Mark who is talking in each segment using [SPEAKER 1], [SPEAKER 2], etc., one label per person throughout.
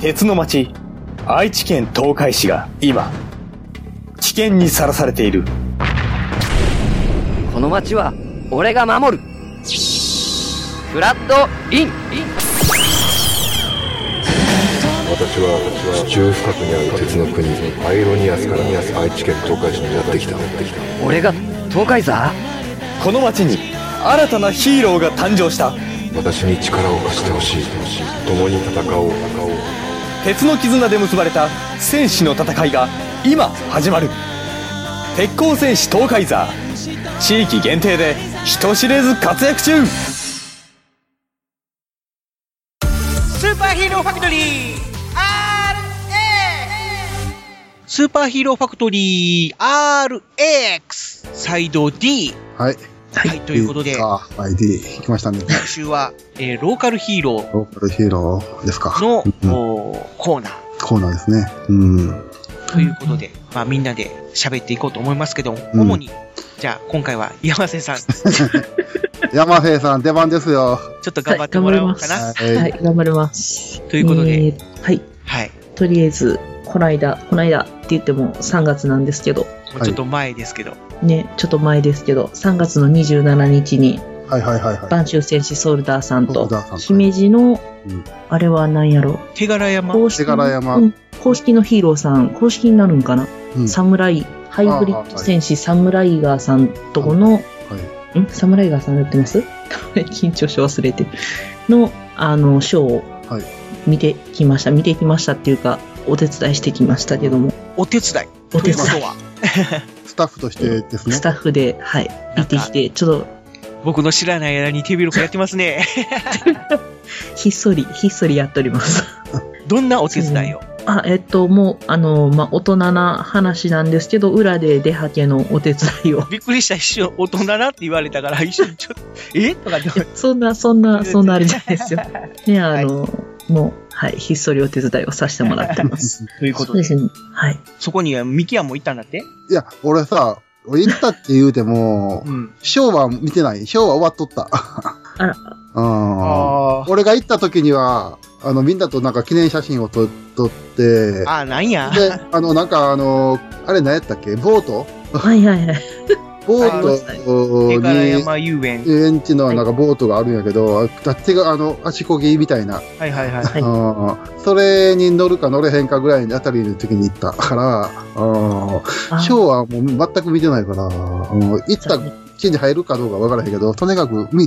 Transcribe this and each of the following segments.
[SPEAKER 1] 鉄の町、愛知県東海市が今、危険にさらされている。
[SPEAKER 2] この街は俺が守るフラッドイン
[SPEAKER 3] 私は地中深くにある鉄の国アイロニアスから愛知県東海市にやってきた
[SPEAKER 2] 俺が東海座
[SPEAKER 1] この町に、新たなヒーローが誕生した。
[SPEAKER 3] 私に力を貸してほしい共に戦おう
[SPEAKER 1] 鉄の絆で結ばれた戦士の戦いが今始まる鉄鋼戦士東海ザー地域限定で人知れず活躍中
[SPEAKER 4] スーパーヒーローファクトリー RX スーパーヒーローファクトリー RX サイド D
[SPEAKER 5] はい。
[SPEAKER 4] はいということで
[SPEAKER 5] かはい、D、行きましたね。
[SPEAKER 4] 特集は、えーローカルヒーロ
[SPEAKER 5] ローカルヒーローですか
[SPEAKER 4] ー。の、
[SPEAKER 5] うん
[SPEAKER 4] おーコーナー
[SPEAKER 5] コーナーですね。うん。
[SPEAKER 4] ということで、まあみんなで喋っていこうと思いますけども、
[SPEAKER 5] うん
[SPEAKER 4] 主に、じゃあ今回は山瀬さん、ち
[SPEAKER 5] 山平さん、出番ですよ。
[SPEAKER 4] ょっと頑張ってもらおうかな。
[SPEAKER 6] は
[SPEAKER 5] は。
[SPEAKER 6] はいい、頑張ります。
[SPEAKER 4] ということで、
[SPEAKER 6] えーはい、
[SPEAKER 4] はい。
[SPEAKER 6] とりあえず、こないだ、こないだって言っても3月なんですけど、
[SPEAKER 4] もうちょっと前ですけど、
[SPEAKER 6] ね、ちょっと前ですけど、3月の27日に、
[SPEAKER 5] はいはいはいはい。
[SPEAKER 6] 播州戦士ソルダーさん
[SPEAKER 5] ソ
[SPEAKER 6] と
[SPEAKER 5] ルダーさん、と
[SPEAKER 6] 姫路の
[SPEAKER 5] うん、
[SPEAKER 6] あれは何やろ、
[SPEAKER 4] 手柄山、
[SPEAKER 6] 公式
[SPEAKER 5] 手柄山
[SPEAKER 6] うん公式のヒーローさん、公式になるんかな、
[SPEAKER 5] うん
[SPEAKER 6] 侍、ハイブリッド戦士サムライガーさんとこの、んサムライガーさんやってます 緊張し忘れて。の、あの、ショーを
[SPEAKER 5] はい
[SPEAKER 6] 見てきました。見てきましたっていうか、お手伝いしてきましたけども、
[SPEAKER 4] お手伝い。
[SPEAKER 6] お手伝い
[SPEAKER 4] ということは、
[SPEAKER 5] スタッフとしてですね
[SPEAKER 6] ス。タッフで、はい、
[SPEAKER 4] なん
[SPEAKER 6] 行
[SPEAKER 4] か
[SPEAKER 6] ってきて、ちょっと、
[SPEAKER 4] 僕の知らない間に手広くやってますね。
[SPEAKER 6] ひっそり、ひっそりやっております。
[SPEAKER 4] どんなお手伝いを
[SPEAKER 6] あ、えっと、もう、あの、まあ、大人な話なんですけど、裏で出はけのお手伝いを。
[SPEAKER 4] びっくりした一瞬、大人だって言われたから、一瞬ちょっと、えとかで、
[SPEAKER 6] そんな、そんな、そんなあれじゃないですよ。ね、あの、もう、はい、ひっそりお手伝いをさせてもらってます。
[SPEAKER 4] というこ
[SPEAKER 6] そ
[SPEAKER 4] と
[SPEAKER 6] うで
[SPEAKER 4] で、
[SPEAKER 6] すね。はい。
[SPEAKER 4] そこにはミキヤンもいたんだって
[SPEAKER 5] いや、俺さ、俺行ったって言うても
[SPEAKER 4] う、ん。
[SPEAKER 5] ショーは見てない。ショーは終わっとった。
[SPEAKER 6] あら
[SPEAKER 5] うん。
[SPEAKER 4] あー
[SPEAKER 5] 俺が行った時には、あの、みんなとなんか記念写真を撮撮って、で、
[SPEAKER 4] あー、なんや。
[SPEAKER 5] あの、なんかあの、あれ何やったっけボート
[SPEAKER 6] はいはいはい。
[SPEAKER 5] ボ
[SPEAKER 4] あ
[SPEAKER 5] ート
[SPEAKER 4] 手
[SPEAKER 5] に、
[SPEAKER 4] 柄山遊園。
[SPEAKER 5] 遊園地のなんかボートがあるんやけど、だってがあの足こぎみたいな、
[SPEAKER 4] はいはいはい。
[SPEAKER 6] はい
[SPEAKER 5] うんそれに乗るか乗れへんかぐらいのあたりの時に行ったから、うん
[SPEAKER 6] あ
[SPEAKER 5] ショーはもう全く見てないから、うん行った地に入るかどうかわからへんけど、とにかくみ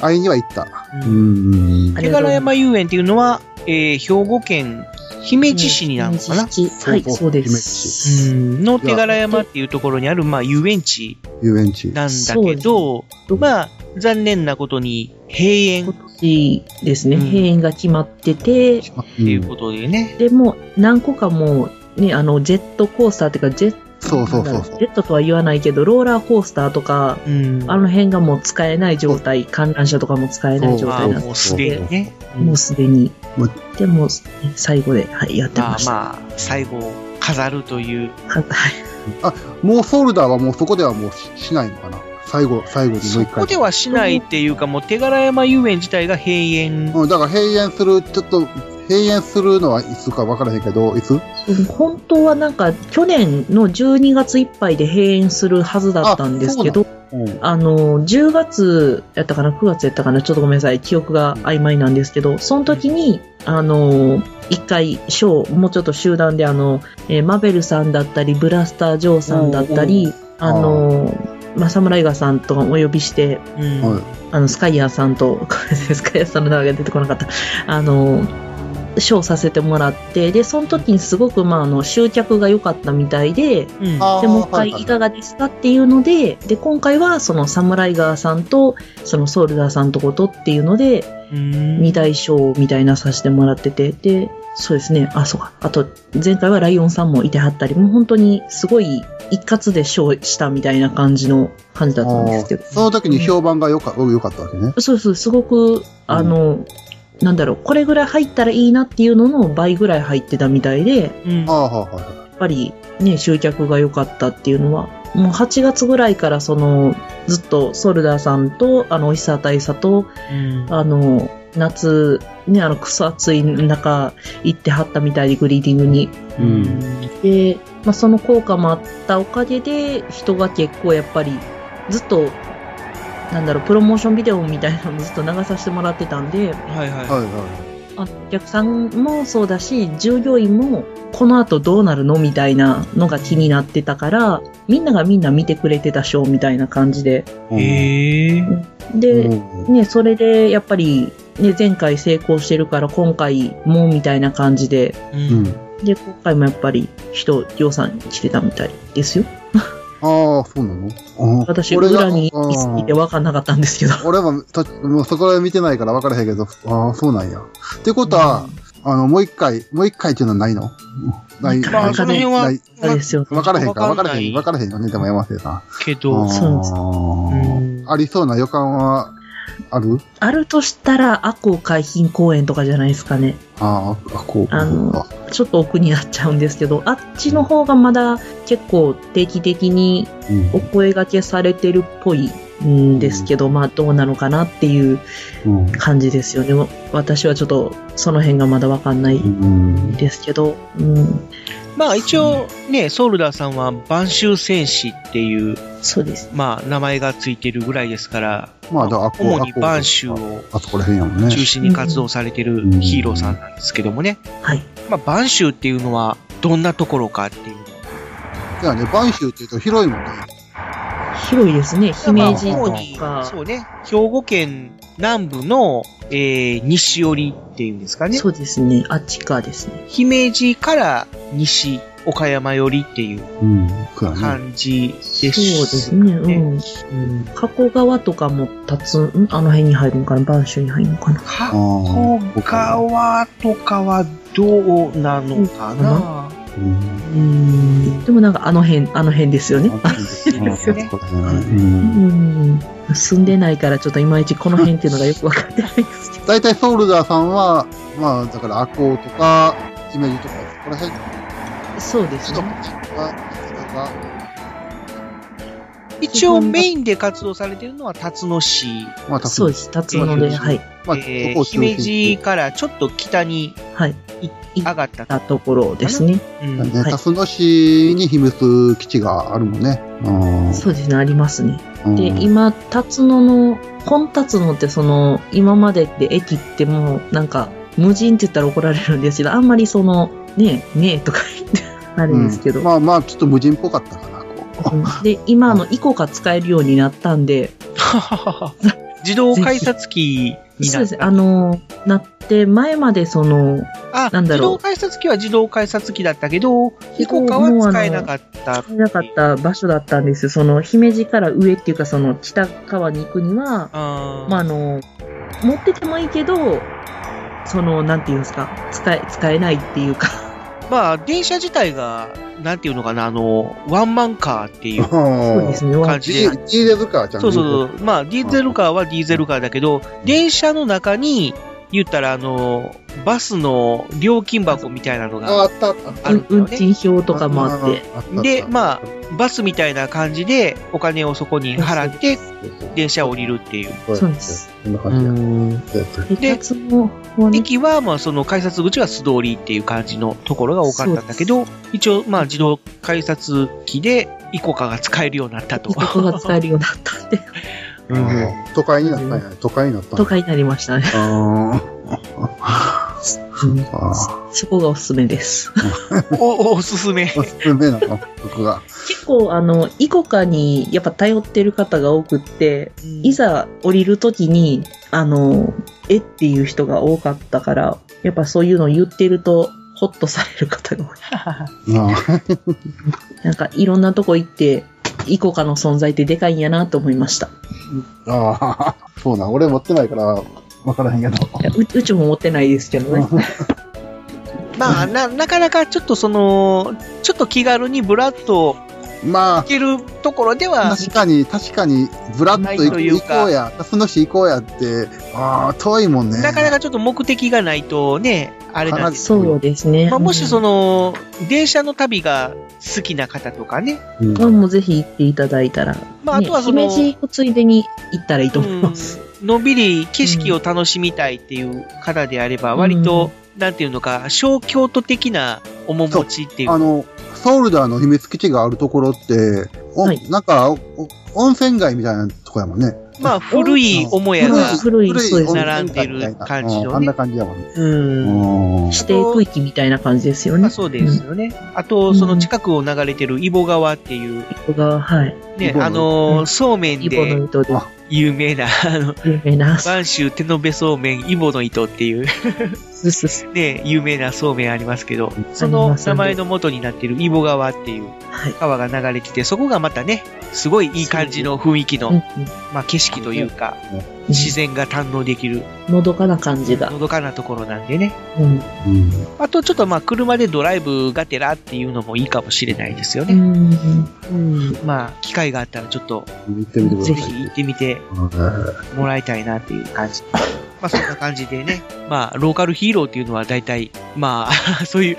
[SPEAKER 5] 会いには行った。
[SPEAKER 4] う
[SPEAKER 5] うんん
[SPEAKER 6] あり
[SPEAKER 4] 手
[SPEAKER 6] がとう
[SPEAKER 4] 柄
[SPEAKER 6] ござい
[SPEAKER 4] 山
[SPEAKER 6] ま
[SPEAKER 4] 遊園っていうのは、えー兵庫県姫路市になるのかな、
[SPEAKER 6] すはい、そうで
[SPEAKER 5] 姫路
[SPEAKER 6] す。
[SPEAKER 4] うんの手柄山っていうところにある、まあ、遊園地
[SPEAKER 5] 遊園地。
[SPEAKER 4] なんだ
[SPEAKER 6] そう
[SPEAKER 4] け
[SPEAKER 6] です
[SPEAKER 4] ど、まあ、残念なことに閉園
[SPEAKER 6] 今
[SPEAKER 4] っ
[SPEAKER 6] 年ですね、
[SPEAKER 4] うん
[SPEAKER 6] 閉園が決まってて、
[SPEAKER 4] ていうことでね、
[SPEAKER 6] でもう何個かもう、ね、あの、ジェットコースターっていうか、ジェット、
[SPEAKER 5] そうそう
[SPEAKER 6] な
[SPEAKER 5] そう
[SPEAKER 6] んだ
[SPEAKER 5] そ
[SPEAKER 6] ろ
[SPEAKER 5] う
[SPEAKER 6] ジ。ェットとは言わないけど、ローラーコースターとか、
[SPEAKER 4] うん。
[SPEAKER 6] あの辺がもう使えない状態、観覧車とかも使えない状
[SPEAKER 4] ま
[SPEAKER 6] 態
[SPEAKER 4] あ、
[SPEAKER 6] なん
[SPEAKER 4] もうすでにね。うん
[SPEAKER 6] もうすでに
[SPEAKER 5] ま。
[SPEAKER 6] でも、最後で、はい、やって
[SPEAKER 4] ま
[SPEAKER 6] ま
[SPEAKER 4] あ
[SPEAKER 6] した。
[SPEAKER 4] まあ、最後を飾るという。
[SPEAKER 6] ははい。
[SPEAKER 5] もうソルダーはもうそこではもうししないのかな。最後、最後にもう
[SPEAKER 4] そ
[SPEAKER 5] 一回
[SPEAKER 4] こ。ではしないっていうか、もう手柄山遊園自体が閉園。
[SPEAKER 5] うん、だから閉園する、ちょっと、閉園するのはいつかわからへんけど、いつ
[SPEAKER 6] 本当はなんか、去年の12月いっぱいで閉園するはずだったんですけど、
[SPEAKER 5] うん。
[SPEAKER 6] あの、10月やったかな、9月やったかな、ちょっとごめんなさい、記憶が曖昧なんですけど、その時に、あの、一回、ショー、もうちょっと集団で、あの、えーマベルさんだったり、ブラスター・ジョーさんだったり、あの、マサムライガーさんとかもお呼びして、
[SPEAKER 4] うん
[SPEAKER 5] はい
[SPEAKER 6] あの、スカイヤーさんと、これです、スカイヤーさんの名前が出てこなかった。あの、ショーさせてもらって、で、その時にすごく、まあ、あの、集客が良かったみたいで、
[SPEAKER 4] うん
[SPEAKER 5] あー
[SPEAKER 6] でもう一
[SPEAKER 5] はい
[SPEAKER 6] 回いかがですかっていうので、で、今回はそのサムライガーさんと、そのソルダーさんとことっていうので、
[SPEAKER 4] うん
[SPEAKER 6] 二大賞みたいなさせてもらってて、で、そうですね、あ、そうか。あと、前回はライオンさんもいてはったり、もう本当にすごい一括で賞したみたいな感じの感じだったんですけど。
[SPEAKER 5] その時に評判が良か,、良かったわけね。
[SPEAKER 6] そうそう、すごく、あの、なんだろう、これぐらい入ったらいいなっていうのの倍ぐらい入ってたみたいで、
[SPEAKER 4] うん
[SPEAKER 5] ああ、はいはいはい。
[SPEAKER 6] やっぱりね、集客が良かったっていうのは、もう8月ぐらいからその、ずっとソルダーさんと、あの、石沢大佐と、
[SPEAKER 4] うん
[SPEAKER 6] あの、夏、ね、あの、くそ暑い中、行ってはったみたいで、グリーディングに。
[SPEAKER 7] うん。
[SPEAKER 6] で、まあ、その効果もあったおかげで、人が結構やっぱり、ずっと、なんだろう、プロモーションビデオみたいなのずっと流させてもらってたん
[SPEAKER 4] はい
[SPEAKER 6] で、
[SPEAKER 4] はい。
[SPEAKER 5] はいは
[SPEAKER 6] あお客さんもそうだし、従業員も、この後どうなるのみたいなのが気になってたから、みんながみんな見てくれてたショーみたいな感じで。
[SPEAKER 4] へえ。
[SPEAKER 5] い。
[SPEAKER 6] で、
[SPEAKER 5] うん
[SPEAKER 6] ね、それでやっぱり、ね、前回成功してるから今回もみたいな感じで、
[SPEAKER 4] うん。
[SPEAKER 6] で、今回もやっぱり人、りょうさん来てたみたいですよ。
[SPEAKER 5] ああ、そうなのあー
[SPEAKER 6] 私、
[SPEAKER 5] 俺が
[SPEAKER 6] 裏にいすぎて
[SPEAKER 5] あー
[SPEAKER 6] 分かんなかったんですけど。
[SPEAKER 5] 俺はた、もうそこら辺見てないから分からへんけど、ああ、そうなんや。ってことは、あの、もう一回、もう一回っていうのはないのない。
[SPEAKER 6] ま
[SPEAKER 4] ま
[SPEAKER 6] あ
[SPEAKER 5] な
[SPEAKER 4] あ、
[SPEAKER 5] い
[SPEAKER 4] その辺は、
[SPEAKER 5] ない
[SPEAKER 6] そうですよね
[SPEAKER 5] 分からへんか、
[SPEAKER 4] わ
[SPEAKER 5] 分
[SPEAKER 4] か
[SPEAKER 5] か
[SPEAKER 4] ん
[SPEAKER 5] ら
[SPEAKER 4] な
[SPEAKER 5] へ
[SPEAKER 4] い
[SPEAKER 5] ん、分からへんよね、でも山瀬さん。
[SPEAKER 4] けど、
[SPEAKER 6] そうなんです
[SPEAKER 4] うん
[SPEAKER 5] あーありそうな予感は、ある
[SPEAKER 6] あるとしたら、アコ海浜公園とかじゃないですかね。
[SPEAKER 5] あーあ、こう。
[SPEAKER 6] あの
[SPEAKER 5] そうか
[SPEAKER 6] ちょっと奥になっちゃうんですけど、あっちの方がまだ結構定期的に
[SPEAKER 5] うん
[SPEAKER 6] お声掛けされてるっぽいんですけど、まあどうなのかなっていう
[SPEAKER 5] うん
[SPEAKER 6] 感じですよね。私はちょっとその辺がまだわかんない
[SPEAKER 5] うん
[SPEAKER 6] ですけど、うん、
[SPEAKER 4] まあ一応ね、ソウルダーさんは晩秋戦士っていう、
[SPEAKER 6] そうです。
[SPEAKER 4] まあ名前がついてるぐらいですから、
[SPEAKER 5] まあ、だからあこう、
[SPEAKER 4] 主に
[SPEAKER 5] あこう
[SPEAKER 4] 晩秋を
[SPEAKER 5] あそこら辺やもんね。
[SPEAKER 4] 中心に活動されてるヒーローさんなんですけどもね、
[SPEAKER 6] はい。
[SPEAKER 4] まあ晩秋っていうのはどんなところかっていう。
[SPEAKER 5] いやね、晩秋って言うと広いもんね。
[SPEAKER 6] 広いですね。姫路
[SPEAKER 4] まあ主
[SPEAKER 6] と
[SPEAKER 4] にそ
[SPEAKER 6] か。
[SPEAKER 4] うね、兵庫県南部の、えー西寄りっていうんですかね。
[SPEAKER 6] そうですね。あっちかですね。
[SPEAKER 4] 姫路から西、岡山寄りっていう
[SPEAKER 5] うん。そうやね。
[SPEAKER 4] 感じです、
[SPEAKER 6] そうですね。うん。
[SPEAKER 4] うん
[SPEAKER 6] 加古川とかも立つ、んあの辺に入るのかな晩秋に入るのかな
[SPEAKER 4] 加
[SPEAKER 5] あー
[SPEAKER 4] 古川とかはどうなのかな、
[SPEAKER 5] うん。
[SPEAKER 4] うん、
[SPEAKER 6] でもなんかあの辺、あの辺ですよね。
[SPEAKER 5] あそうですねあそこら辺う
[SPEAKER 6] うんん。住んでないからちょっといまいちこの辺っていうのがよくわかってないですけど。
[SPEAKER 5] 大体ソウルダーさんは、まあ、だから、アコウとか、姫路とか、そこら辺、
[SPEAKER 6] そうです
[SPEAKER 5] 首都
[SPEAKER 6] ね
[SPEAKER 5] 圏。とか、なんか
[SPEAKER 4] 一応メインで活動されてるのは辰野市、
[SPEAKER 5] まあ、。
[SPEAKER 6] そうですす。立つので、はい。
[SPEAKER 5] まあ、こ
[SPEAKER 4] えー
[SPEAKER 5] こを中心
[SPEAKER 4] 姫
[SPEAKER 5] に
[SPEAKER 4] 路からちょっと北に
[SPEAKER 6] はい。
[SPEAKER 4] 上がった、
[SPEAKER 6] たところですね。
[SPEAKER 4] うん
[SPEAKER 5] ね、
[SPEAKER 6] はい
[SPEAKER 5] タスノ市に秘密基地があるもんね。うん
[SPEAKER 6] そうですね。ありますね。
[SPEAKER 5] うん
[SPEAKER 6] で、今、辰野の、本辰野ってその、今までって駅ってもう、なんか、無人って言ったら怒られるんですけど、あんまりその、ねえ、ねえとか言って、あれですけど。
[SPEAKER 5] うんまあまあ、ちょっと無人っぽかったかな、こ
[SPEAKER 6] うんで、今、あの、イコが使えるようになったんで、
[SPEAKER 4] 自動改札機にな
[SPEAKER 6] そうで
[SPEAKER 4] っ
[SPEAKER 6] す。
[SPEAKER 4] た
[SPEAKER 6] あの、なって、前までその、
[SPEAKER 4] あ
[SPEAKER 6] なんだ
[SPEAKER 4] 自
[SPEAKER 6] ろう
[SPEAKER 4] 動改札機は自動改札機だったけど飛行機は使えなかった
[SPEAKER 6] なかった場所だったんですよ。その、姫路から上っていうか、その、北川に行くには、
[SPEAKER 4] あー
[SPEAKER 6] まあ、あの、持っててもいいけど、その、なんていうんですか、使え、使えないっていうか、
[SPEAKER 4] まあ、電車自体が、なんていうのかな、あの、ワンマンカーって いう
[SPEAKER 6] そう
[SPEAKER 5] う。
[SPEAKER 6] ですね。
[SPEAKER 4] 感じで、
[SPEAKER 5] ジーレズカーちゃん
[SPEAKER 4] そうそうそう、まあ、ディーゼルカーはディーゼルカーだけど、電車の中に、言ったら、あの、バスの料金箱みたいなの
[SPEAKER 5] ああ
[SPEAKER 4] が
[SPEAKER 5] ったあった。
[SPEAKER 4] あるんだ
[SPEAKER 6] 運
[SPEAKER 4] よね。
[SPEAKER 6] 賃表とかもあって、
[SPEAKER 5] て
[SPEAKER 4] で、まあ、バスみたいな感じで、お金をそこに払って、電車を降りるっていう。
[SPEAKER 5] こやって
[SPEAKER 6] そうです。
[SPEAKER 5] こんな
[SPEAKER 7] う
[SPEAKER 5] 感じ
[SPEAKER 7] ん。
[SPEAKER 5] で。そうやって
[SPEAKER 6] で、
[SPEAKER 4] で
[SPEAKER 6] 鉄も、はね、
[SPEAKER 4] 駅は、まあ、その改札口は素通りっていう感じのところが多かったんだけど、一応、まあ、自動改札機で、イコカが使えるようになったと
[SPEAKER 6] イ。コが使えるようになった んで、
[SPEAKER 5] あー都会になったんや。都会になったんや
[SPEAKER 6] とかになりましたね。
[SPEAKER 5] あ
[SPEAKER 6] うん
[SPEAKER 5] ーあ
[SPEAKER 6] そこがおすすめです。
[SPEAKER 4] お、おすすめ。
[SPEAKER 5] ー。おすすめなの、僕が。
[SPEAKER 6] 結構、あの、イコカにやっぱ頼ってる方が多くって、いざ降りるときに、あの、えっていう人が多かったから、やっぱそういうのを言ってると、ホッとされる方が多い。
[SPEAKER 5] あー
[SPEAKER 6] なんかいろんなとこ行って、イコカの存在ってでかいんやなと思いました。
[SPEAKER 5] あー、そうなん。俺持ってないから、わからへんけど。
[SPEAKER 6] いやううちも持ってないですけどね。
[SPEAKER 4] まあ、な、なかなかちょっとその、ちょっと気軽にブラッと
[SPEAKER 5] まあ
[SPEAKER 4] 行、けるところでは、
[SPEAKER 5] 確かに、確かに、ブラ
[SPEAKER 4] な
[SPEAKER 5] ッ
[SPEAKER 4] い
[SPEAKER 5] と行
[SPEAKER 4] という
[SPEAKER 5] 行
[SPEAKER 4] か
[SPEAKER 5] こうや、その市行こうやって、ああ、遠いもんね。
[SPEAKER 4] なかなかちょっと目的がないとね、あれなんです。
[SPEAKER 6] そうですね。
[SPEAKER 4] まあ、もしそ
[SPEAKER 6] の、
[SPEAKER 4] の、電車の旅が好きな方とかね、
[SPEAKER 5] うん
[SPEAKER 6] まあもうぜひ行っていただいたら、
[SPEAKER 4] まあ、あ
[SPEAKER 6] ね
[SPEAKER 4] とはその、
[SPEAKER 6] 姫路行くついでに行ったらいいと思います。
[SPEAKER 4] うんのんびり景色を楽しみたいっていう方であれば、
[SPEAKER 6] うん
[SPEAKER 4] 割と、なんていうのか、小京都的な面持ちっていう。
[SPEAKER 5] あの、ソウルダーの秘密基地があるところって、お
[SPEAKER 6] はい
[SPEAKER 5] なんか、お温泉街みたいなとこやもんね。
[SPEAKER 4] まあ、古い母屋
[SPEAKER 6] 古い
[SPEAKER 4] が、
[SPEAKER 6] 古い、そうですね。
[SPEAKER 4] 並んでる感じのね
[SPEAKER 5] うんあんな感じやもんね。
[SPEAKER 6] うん。
[SPEAKER 5] うん
[SPEAKER 6] 指定区域みたいな感じですよ
[SPEAKER 4] まあ
[SPEAKER 6] ね。
[SPEAKER 4] そうですよね。あと、その近くを流れてる揖保川っていう、
[SPEAKER 6] ここが、はい。
[SPEAKER 4] ね
[SPEAKER 5] 揖、保の
[SPEAKER 4] あの
[SPEAKER 6] う
[SPEAKER 4] ー、
[SPEAKER 6] ん
[SPEAKER 4] そうめん
[SPEAKER 6] イボの
[SPEAKER 4] で
[SPEAKER 6] 糸で
[SPEAKER 5] あ
[SPEAKER 4] 有名な、あの、
[SPEAKER 6] 有名な。
[SPEAKER 4] 満州手延べそうめん揖保の糸っていう、
[SPEAKER 6] すすす
[SPEAKER 4] ね、有名なそうめんありますけど、その名前の元になってる揖保川っていう
[SPEAKER 6] はい。
[SPEAKER 4] 川が流れてて、そこがまたね、すごいいい感じの雰囲気
[SPEAKER 6] うんう
[SPEAKER 4] の、まあ景色というか、
[SPEAKER 6] ん
[SPEAKER 4] 自然が堪能できる、
[SPEAKER 6] のどかな感じが。
[SPEAKER 4] のどかなところなんでね。
[SPEAKER 6] うん。
[SPEAKER 5] うん
[SPEAKER 4] あとちょっとまあ車でドライブがてらっていうのもいいかもしれないですよ
[SPEAKER 6] う
[SPEAKER 4] ね。
[SPEAKER 6] ん。
[SPEAKER 4] まあ機会があったらちょっと
[SPEAKER 5] 行ってみてくだ
[SPEAKER 4] ぜ
[SPEAKER 5] さい。
[SPEAKER 4] ひ行ってみて
[SPEAKER 5] は
[SPEAKER 4] もらいたいなっていう感じ。まあそんな感じでね、まあローカルヒーローっていうのは大体、まあ そういう、
[SPEAKER 5] い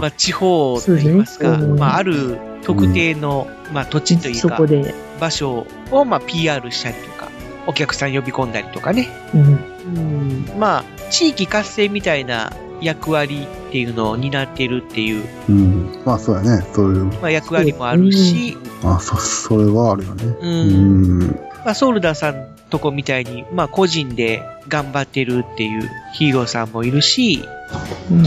[SPEAKER 4] まあ地方といいますか、
[SPEAKER 6] そうですねうん
[SPEAKER 4] まあある特定の、まあ土地という
[SPEAKER 6] そ
[SPEAKER 4] か
[SPEAKER 6] こ、で。
[SPEAKER 4] 場所をまあ PR したりとか、お客さん呼び込んだりとかね、
[SPEAKER 6] うん。
[SPEAKER 4] まあ地域活性みたいな役割っていうのを担ってるっていう、
[SPEAKER 5] うん。まあ、そうやね。そういう。
[SPEAKER 4] まあ役割もあるし、
[SPEAKER 5] まあ、そ、それはあるよね。
[SPEAKER 4] う、
[SPEAKER 5] うんん。
[SPEAKER 4] まあソウルダーさんとこみたいに、まあ個人で頑張ってるっていうヒーローさんもいるし、
[SPEAKER 6] うん。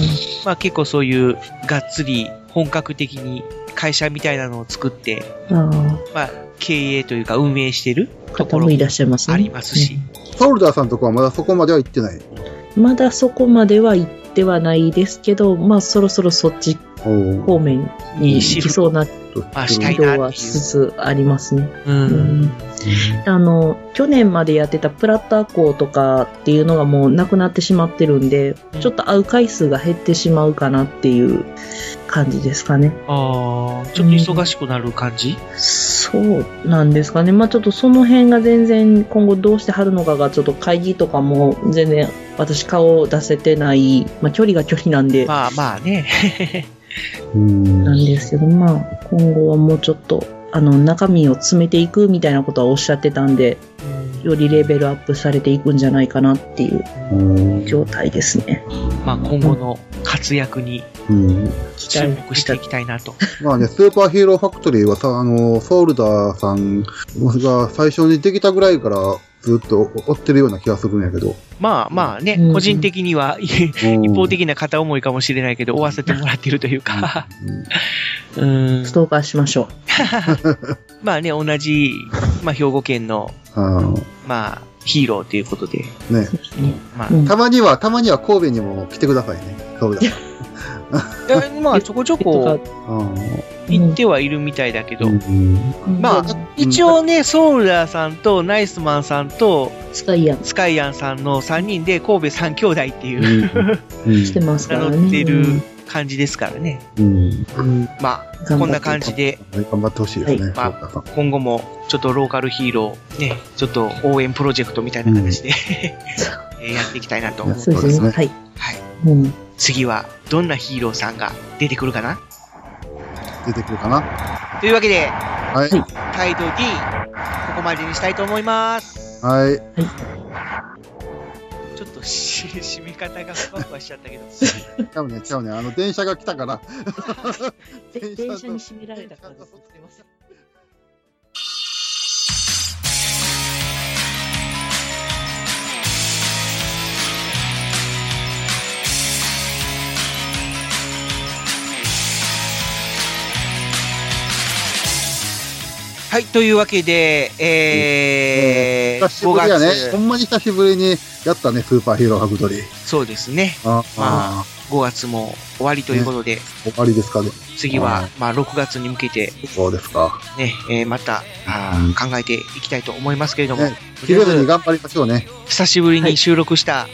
[SPEAKER 4] まあ結構そういうがっつり本格的に会社みたいなのを作って、
[SPEAKER 6] あ
[SPEAKER 4] まあ経営というか運営してる
[SPEAKER 6] あ、
[SPEAKER 4] と
[SPEAKER 6] 方
[SPEAKER 4] ころ
[SPEAKER 6] もい
[SPEAKER 4] も
[SPEAKER 6] らっしゃいますね。
[SPEAKER 4] ありますし、
[SPEAKER 5] ソウルダーさんとかはまだそこまでは行ってない。
[SPEAKER 6] うん。まだそこまでは行ってはないですけど、まあそろそろそっち
[SPEAKER 5] おー
[SPEAKER 6] 方面に行きそうな
[SPEAKER 4] まあしたい
[SPEAKER 6] 移
[SPEAKER 4] な
[SPEAKER 6] 動
[SPEAKER 4] っ
[SPEAKER 6] は
[SPEAKER 4] て
[SPEAKER 6] し
[SPEAKER 4] い
[SPEAKER 6] つ
[SPEAKER 4] う。
[SPEAKER 6] つありますね。
[SPEAKER 4] うん
[SPEAKER 6] あの、去年までやってたプラッター校とかっていうのがもうなくなってしまってるんで、ちょっと会う回数が減ってしまうかなっていう感じですかね。
[SPEAKER 4] ああ、ちょっと忙しくなる感じ、
[SPEAKER 6] そうなんですかね。まあちょっとその辺が全然今後どうしてはるのかがちょっと会議とかも全然私顔を出せてない、まあ距離が距離なんで、
[SPEAKER 4] まあまあね。
[SPEAKER 5] うん。
[SPEAKER 6] なんですけど、まあ今後はもうちょっとあの中身を詰めていくみたいなことはおっしゃってたんで、よりレベルアップされていくんじゃないかなっていう
[SPEAKER 5] うん
[SPEAKER 6] 状態ですね。
[SPEAKER 4] まあ今後の活躍に
[SPEAKER 5] うん。
[SPEAKER 4] 注目していきたいなと。
[SPEAKER 5] まあね、スーパーヒーローファクトリーはさ、あの、ソウルダーさんが最初にできたぐらいからずっと追ってるような気がするんやけど。
[SPEAKER 4] まあまあね、
[SPEAKER 6] うん
[SPEAKER 4] 個人的には一
[SPEAKER 5] 一
[SPEAKER 4] 方的な片思いかもしれないけど、追わせてもらってるというか。 うん
[SPEAKER 6] ス。トーカーしましょ
[SPEAKER 4] まあね、同じ、まあ兵庫県の、
[SPEAKER 5] あの
[SPEAKER 4] まあ、ヒーローということで。
[SPEAKER 5] ね、
[SPEAKER 4] まあ
[SPEAKER 6] う。う、ん
[SPEAKER 5] たまには、たまには神戸にも来てくださいね、ソウルダーさん。
[SPEAKER 4] えまあちょこちょこ行ってはいるみたいだけど、
[SPEAKER 5] うん
[SPEAKER 4] まあ一応ね、ソウルダーさんとナイスマンさんと、
[SPEAKER 6] スカイアン
[SPEAKER 4] スカイアンさんの3人で神戸三兄弟っていう、
[SPEAKER 5] うん
[SPEAKER 6] してますか
[SPEAKER 4] 名
[SPEAKER 6] ら
[SPEAKER 4] 乗って
[SPEAKER 6] ね。
[SPEAKER 4] る感じですからね。
[SPEAKER 5] うん
[SPEAKER 4] まあ、こんな感じで、
[SPEAKER 5] 頑張ってほしいです
[SPEAKER 4] は
[SPEAKER 5] ね、
[SPEAKER 4] い
[SPEAKER 5] ソウルダーさん
[SPEAKER 4] 今後もちょっとローカルヒーロー、ね、ちょっと応援プロジェクトみたいな形で、 えーやっていきたいなと思う。
[SPEAKER 5] ね
[SPEAKER 6] そうですね。
[SPEAKER 5] そうですね
[SPEAKER 6] はい。
[SPEAKER 4] はい。
[SPEAKER 6] うん。
[SPEAKER 4] 次は、どんなヒーローさんが出てくるかな
[SPEAKER 5] 出てくるかな。
[SPEAKER 4] というわけで、
[SPEAKER 5] はい。
[SPEAKER 6] はい
[SPEAKER 4] 態度 D、ここまでにしたいと思います。
[SPEAKER 5] はい。
[SPEAKER 4] ちょっとし、 締め方がふわふわしちゃったけど。
[SPEAKER 5] ちゃうね、ちゃうね。あの、電車が来たから。
[SPEAKER 6] 電車に閉められたからです。すいません。
[SPEAKER 4] はい、というわけで、えー、
[SPEAKER 5] 久しぶりやね。ほ
[SPEAKER 4] 5
[SPEAKER 5] んまに久しぶりにやったね、スーパーヒーローハクトリー。
[SPEAKER 4] 月、そうですね、
[SPEAKER 5] あ
[SPEAKER 4] ま
[SPEAKER 5] あ、
[SPEAKER 4] 5月も終わりということで、
[SPEAKER 5] 終わりですかね。
[SPEAKER 4] 次は、まあ、6月に向けて、
[SPEAKER 5] そうですか。
[SPEAKER 4] ね、えーまた、あー考えていきたいと思いますけれども、
[SPEAKER 5] ね
[SPEAKER 4] と
[SPEAKER 5] 切
[SPEAKER 4] りあえ
[SPEAKER 5] れずに
[SPEAKER 4] ず
[SPEAKER 5] 頑張りましょうね。
[SPEAKER 4] 久しぶりに収録した
[SPEAKER 5] あ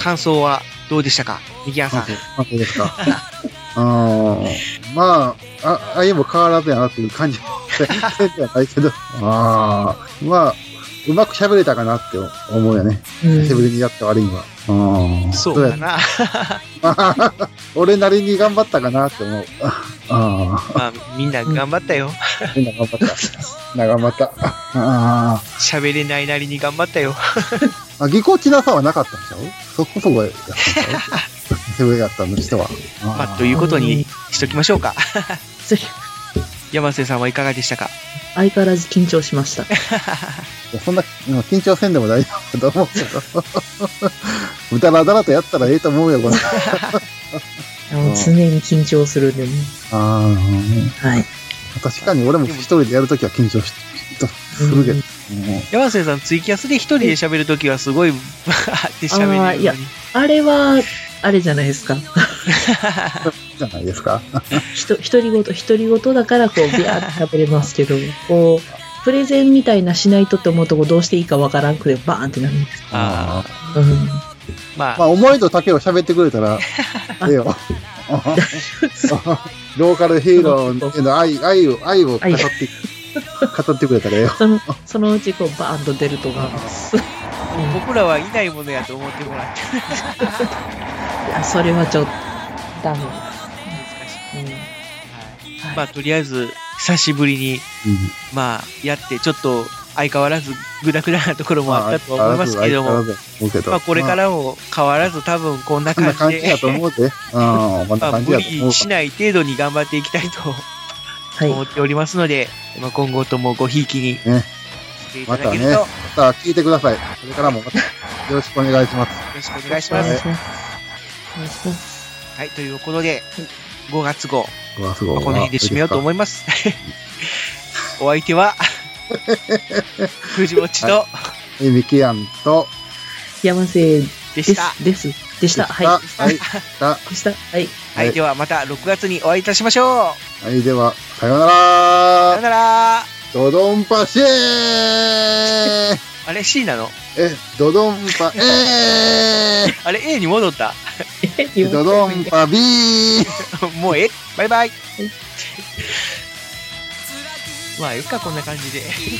[SPEAKER 4] 感想はどうでしたか、みきやんさん。
[SPEAKER 5] あ、そうですか。あーまあ、あ、あいも変わらずやなっていう感じではない けど、ああ、まあ、うまく喋れたかなって思うよね。
[SPEAKER 6] うん
[SPEAKER 5] 久しぶりにやった割には。あー
[SPEAKER 4] そうだな。
[SPEAKER 5] あー俺なりに頑張ったかなって思う。ああ
[SPEAKER 4] まあ、みんな頑張ったよ。
[SPEAKER 5] ー、みんな頑張った。 長股。あ
[SPEAKER 4] 喋れないなりに頑張ったよ。
[SPEAKER 5] ーあ。ぎこちなさはなかったんちゃうそこそこ やったんちゃうセブンやったの人は。
[SPEAKER 4] まあ、ということにしときましょうか。
[SPEAKER 6] そう
[SPEAKER 4] 山瀬さんはいかがでしたか
[SPEAKER 6] 相変わらず緊張しました。
[SPEAKER 5] いやそんな、うん緊張せんでも大丈夫だと思う けど。うだらだらとやったらええと思 うよ、これ。
[SPEAKER 6] あの常に緊張するんでね。
[SPEAKER 5] あ
[SPEAKER 6] はい。
[SPEAKER 5] あ。確かに俺も一人でやるときは緊張しするけど。もう
[SPEAKER 4] 山瀬さん、ツイキャスで一人で喋るときはすごい、バ ーって喋れ
[SPEAKER 6] あー
[SPEAKER 4] る
[SPEAKER 6] いや
[SPEAKER 4] のに。
[SPEAKER 6] あれは、あれじゃないですか。
[SPEAKER 5] じゃないですか。
[SPEAKER 6] ひと、独り言、独り言だから、こう、ビャーって食べれますけど、こう、プレゼンみたいなしないとって思うとこどうしていいかわからんくて、バーンってなるんです。
[SPEAKER 4] あ
[SPEAKER 5] あ
[SPEAKER 6] うん。
[SPEAKER 4] まあ、
[SPEAKER 5] まあ、思いと丈を喋ってくれた ら、ええよ。 ローカルヒーローへの愛、愛を、愛を語って、語ってくれたらええよ。。
[SPEAKER 6] その、そのうち、こう、バーンと出ると思います。い
[SPEAKER 4] 僕らはいないものやと思ってもらって
[SPEAKER 6] や、それはちょっと、ダメ。
[SPEAKER 4] 難しい。
[SPEAKER 6] う
[SPEAKER 4] は
[SPEAKER 6] ん。
[SPEAKER 4] いまあ、とりあえず、久しぶりに、まあ、やって、ちょっと、相変わらず、ぐだぐだなところもあったと思い ますけども、まあ、これかららも変わらず多分こんな
[SPEAKER 5] こんな
[SPEAKER 4] 感
[SPEAKER 5] 感
[SPEAKER 4] じ
[SPEAKER 5] じ
[SPEAKER 4] で
[SPEAKER 5] や、と思うで。うん、こんな
[SPEAKER 4] まあ、
[SPEAKER 5] 感じ
[SPEAKER 4] 無
[SPEAKER 5] やと思う
[SPEAKER 4] 理しない程度に頑張っていきたいと
[SPEAKER 6] はい。
[SPEAKER 4] 思っておりますので、まあ、今後ともごひいきにしていただけると、
[SPEAKER 5] またね
[SPEAKER 4] よ
[SPEAKER 5] さあ、聞いてください。これからもまた、よろしくお願いします。
[SPEAKER 4] ろしくお願いし
[SPEAKER 6] お
[SPEAKER 4] ま
[SPEAKER 6] 願い
[SPEAKER 4] す。
[SPEAKER 6] します。お願いします。
[SPEAKER 4] はい、ということで、5月号、
[SPEAKER 5] うわ、すご
[SPEAKER 4] まあ
[SPEAKER 5] い。
[SPEAKER 4] この辺で締めようと
[SPEAKER 5] う。
[SPEAKER 4] 思います。お相手は、藤ちと
[SPEAKER 5] え、ミキアンと、
[SPEAKER 6] 山瀬
[SPEAKER 4] で
[SPEAKER 6] で
[SPEAKER 4] した。は
[SPEAKER 6] す。です。でした。はい。
[SPEAKER 5] はい。はい
[SPEAKER 6] でした。はい。
[SPEAKER 4] い、ではまた6月にお会いいたしましょ
[SPEAKER 5] はい、では、さような
[SPEAKER 4] う。さよ
[SPEAKER 5] ら
[SPEAKER 4] なら。
[SPEAKER 5] ドドンパシェー
[SPEAKER 4] あれ C なの
[SPEAKER 5] え、ドドンパ、え
[SPEAKER 4] あれ A に戻った
[SPEAKER 5] ードドンパビー
[SPEAKER 4] もうええバイバイ。まあ、いっか、こんな感じで。
[SPEAKER 7] 一人じ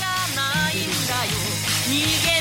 [SPEAKER 7] ゃないんだよ逃げ